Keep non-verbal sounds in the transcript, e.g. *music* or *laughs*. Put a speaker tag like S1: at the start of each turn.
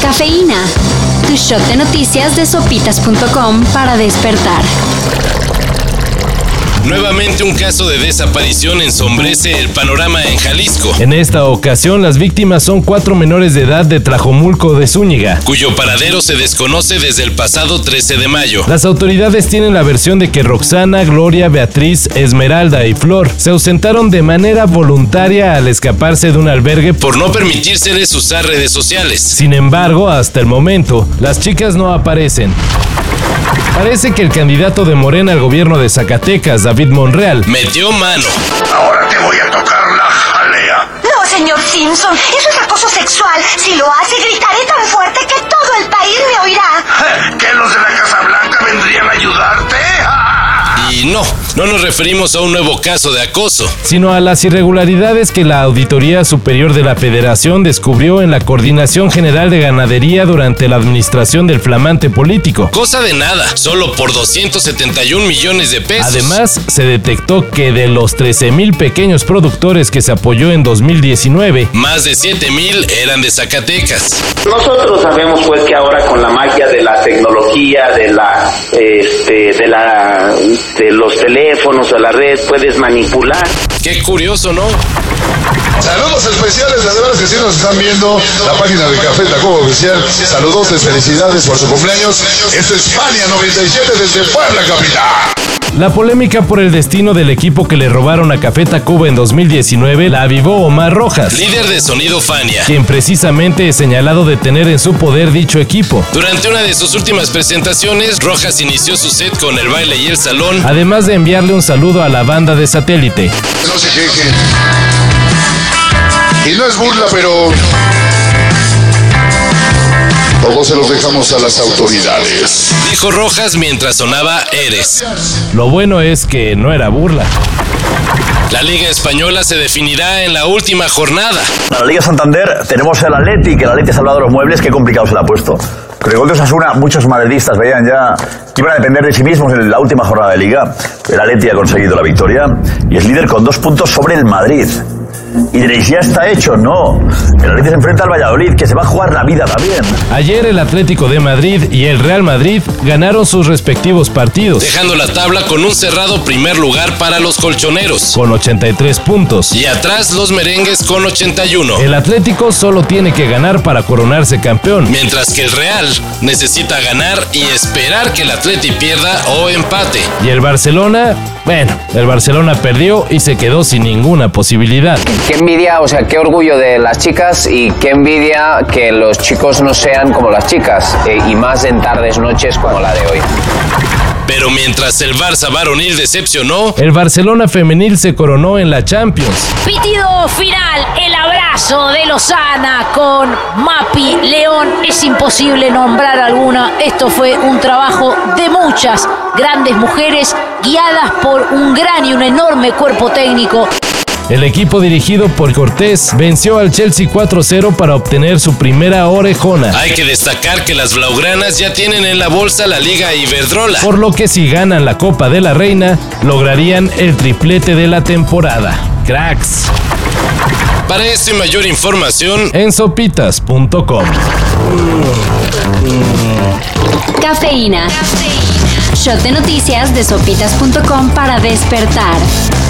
S1: Cafeína. Tu shot de noticias de sopitas.com para despertar.
S2: Nuevamente un caso de desaparición ensombrece el panorama en Jalisco,
S3: En esta ocasión, las víctimas son cuatro menores de edad de Trajomulco de Zúñiga.
S2: cuyo paradero se desconoce desde el pasado 13 de mayo.
S3: Las autoridades tienen la versión de que Roxana, Gloria, Beatriz, Esmeralda y Flor se ausentaron de manera voluntaria al escaparse de un albergue por...
S2: Por no permitírseles usar redes sociales.
S3: Sin embargo, hasta el momento, las chicas no aparecen. Parece que el candidato de Morena al gobierno de Zacatecas, David Monreal,
S2: Metió mano.
S4: Ahora te voy a tocar la jalea.
S5: No, señor Simpson, eso es acoso sexual. Si lo hace, gritaré tan fuerte que todo el país me oirá.
S6: ¿Eh?
S4: ¿Que los de la Casa Blanca vendrían a ayudarte? ¡Ah!
S2: Y no, no nos referimos a un nuevo caso de acoso.
S3: sino a las irregularidades que la Auditoría Superior de la Federación descubrió en la Coordinación General de Ganadería durante la administración del flamante político.
S2: Cosa de nada, solo por 271 millones de pesos.
S3: Además, se detectó que de los 13.000 pequeños productores que se apoyó en 2019,
S2: más de 7 mil eran de Zacatecas.
S7: Nosotros sabemos pues que ahora con la magia de la tecnología, de la, este, de la, de los teléfonos, de la red, puedes manipular.
S2: Qué curioso, ¿no?
S6: *laughs* Saludos especiales, de veras que sí nos están viendo la página de Café Tacuba Oficial. Saludos, felicidades por su cumpleaños. Esto es España 97 desde Puebla Capital.
S3: la polémica por el destino del equipo que le robaron a Café Tacuba en 2019 la avivó Omar Rojas,
S2: Líder de sonido Fania.
S3: quien precisamente es señalado de tener en su poder dicho equipo.
S2: Durante una de sus últimas presentaciones, Rojas inició su set con el baile y el salón.
S3: Además de enviarle un saludo a la banda de satélite,
S6: No se quejen. Y no es burla, pero. Todos se los dejamos a las autoridades.
S2: Dijo Rojas mientras sonaba Eres.
S3: Lo bueno es que no era burla.
S2: La Liga Española se definirá en la última jornada.
S8: En la Liga Santander tenemos el Atleti, que el Atleti ha salvado los muebles, qué complicado se le ha puesto. Con el gol de Osasuna, muchos madridistas veían ya que iban a depender de sí mismos en la última jornada de Liga. El Atleti ha conseguido la victoria y es líder con dos puntos sobre el Madrid. Y diréis, ya está hecho, no. El Atleti se enfrenta al Valladolid, que se va a jugar la vida también.
S3: Ayer el Atlético de Madrid y el Real Madrid ganaron sus respectivos partidos
S2: dejando la tabla con un cerrado primer lugar para los colchoneros.
S3: con 83 puntos.
S2: Y atrás los merengues con 81,
S3: El Atlético solo tiene que ganar para coronarse campeón.
S2: mientras que el Real necesita ganar y esperar que el Atleti pierda o empate.
S3: Y el Barcelona, bueno, el Barcelona perdió y se quedó sin ninguna posibilidad.
S9: Qué envidia, o sea, qué orgullo de las chicas y qué envidia que los chicos no sean como las chicas eh, y más en tardes, noches como la de hoy.
S2: Pero mientras el Barça varonil decepcionó,
S3: El Barcelona femenil se coronó en la Champions.
S10: Pitido final, el abrazo de Lozana con Mapi León. Es imposible nombrar alguna. Esto fue un trabajo de muchas grandes mujeres guiadas por un gran y un enorme cuerpo técnico.
S3: El equipo dirigido por Cortés venció al Chelsea 4-0 para obtener su primera orejona.
S2: hay que destacar que las blaugranas ya tienen en la bolsa la Liga Iberdrola.
S3: Por lo que si ganan la Copa de la Reina, lograrían el triplete de la temporada. Cracks.
S2: Para esto y mayor información,
S3: En sopitas.com.
S1: Cafeína. Shot de noticias de sopitas.com para despertar.